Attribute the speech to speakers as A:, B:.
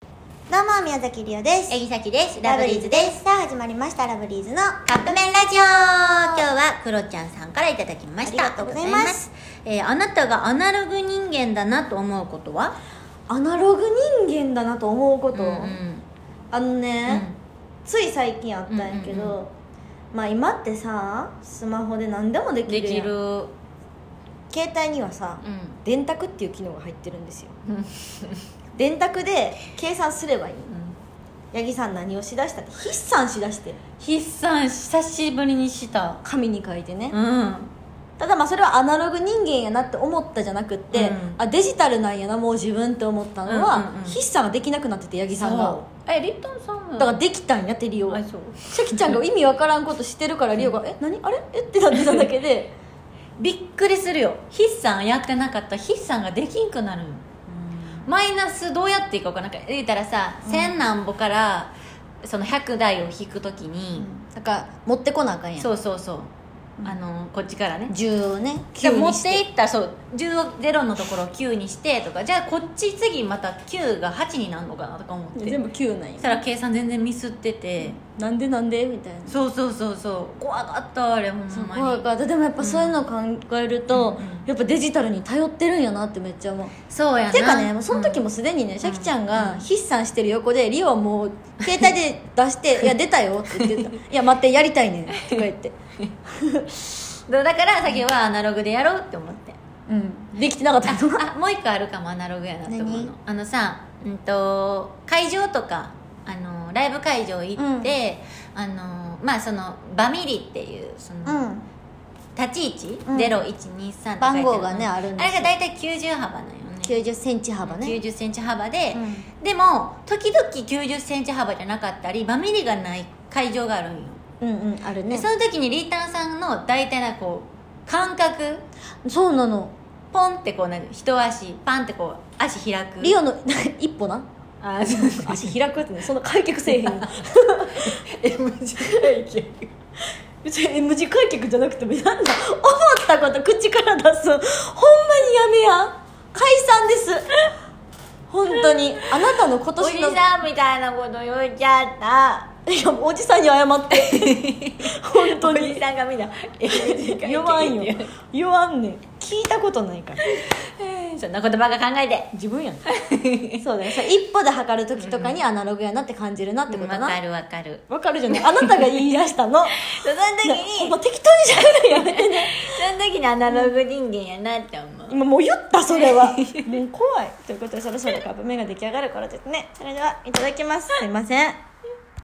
A: どうも宮崎りおです
B: えぎさきです。
A: ラ
B: ラ
A: ブ
B: ブ
A: リ
B: リ
A: ーズ
B: ーズ
A: で
B: です。
A: すさあ始まりましたラブリーズの
B: カップ麺ラジオ今日はクロちゃんさんからいただきました。
A: ありがとうございます
B: ありがとうございます。えーあなたがアナログ人間だなと思うことは
A: アナログ人間だなと思うこと、
B: うんうん
A: あのね、
B: う
A: つい最近あったんやけど、
B: うんうんう
A: まあ今ってさスマホで何でもで
B: ん
A: き
B: で
A: るやん
B: きる。うん。
A: 携帯にはさ、電卓っていう機能が入ってるんですよ電卓で計算すればいい八木さん何をしだしたって筆算しだして
B: 筆算久しぶりにした。
A: 紙に書いてね、
B: うん。
A: ただまあそれはアナログ人間やなって思ったじゃなくって、
B: うん
A: あデジタルなんやなもう自分って思ったのは、
B: うんうんうん
A: 筆算ができなくなってて八木さんが
B: そう。え、リットンさんも
A: だからできたんやってリオ
B: あ、そう。
A: シャキちゃんが意味わからんことしてるからリオが「え何あれえっ?」てなってただけで
B: びっくりするよ。筆算やってなかったら筆算ができんくなるよ。マイナスどうやっていこうかなんか言ったらさ、千何歩からその100台を引くときに、
A: なんか持ってこなあかんやん
B: そうそうそう、あのこっちからね
A: 10をね
B: じゃあ
A: 9
B: 持
A: に
B: っ
A: してて
B: いったらそう10ゼロのところを9にしてとかじゃあこっち次また9が8になるのかなとか思って
A: 全部9なんや
B: そしたら計算全然ミスってて、
A: なんでなんでみたいな
B: そうそうそうそう怖かったあれほんまに
A: そう怖かったでもやっぱそういうのを考えると、
B: うんうん
A: やっぱデジタルに頼ってるんやなってめっちゃ思う
B: そうやな
A: ていうかねもうその時もすでにね、シャキちゃんが筆算してる横でリオはもう携帯で出 して「いや出たよ」って言ってた「いや待ってやりたいねん」とか言って
B: だから先はアナログでやろうって思って
A: うんできてなかったの
B: あもう一個あるかもアナログやなと思う
A: 何
B: のあのさ、うん、と会場とかあのライブ会場行って、あのまあそのバミリっていうその、
A: うん
B: 立ち位置、
A: うん
B: 0123って
A: 番号がねあるんですよ
B: あれが大体90幅なんよね
A: 9 0ンチ幅ね、
B: 90センチ幅で、
A: うん
B: でも時々90センチ幅じゃなかったりバミリがない会場があるんよ、
A: うんうんある
B: で
A: ね
B: その時にリータンさんの大体なこう感覚
A: そうなの
B: ポンってこうなんか一足パンってこう足開く
A: リオの 一歩な
B: あそう
A: 足開くってねそんな開脚せえへん M 字開脚別に M 字開脚じゃなくてもやんな思ったこと口から出すほんまにやめや解散です本当にあなたの今
B: お
A: 年
B: じ
A: の
B: さんみたいなこと言っちゃった
A: いやおじさんに謝って 本当
B: おじ
A: に
B: さんがみんな
A: 言わんよ言わんねん聞いたことないから
B: そんなことばっか考えて
A: 自分やんそうだねそれ一歩で測る時とかにアナログやなって感じるなってこ
B: わ
A: とな
B: かるわかる
A: わかるじゃないあなたが言い出 したの
B: その時
A: ほん
B: に
A: ま適当にしゃべるのやめてね
B: その時にアナログ人間やなって思う
A: 今もう言ったそれ はもう怖いということでそろそろカップ麺が出来上がる頃ですねそれではいただきますすいません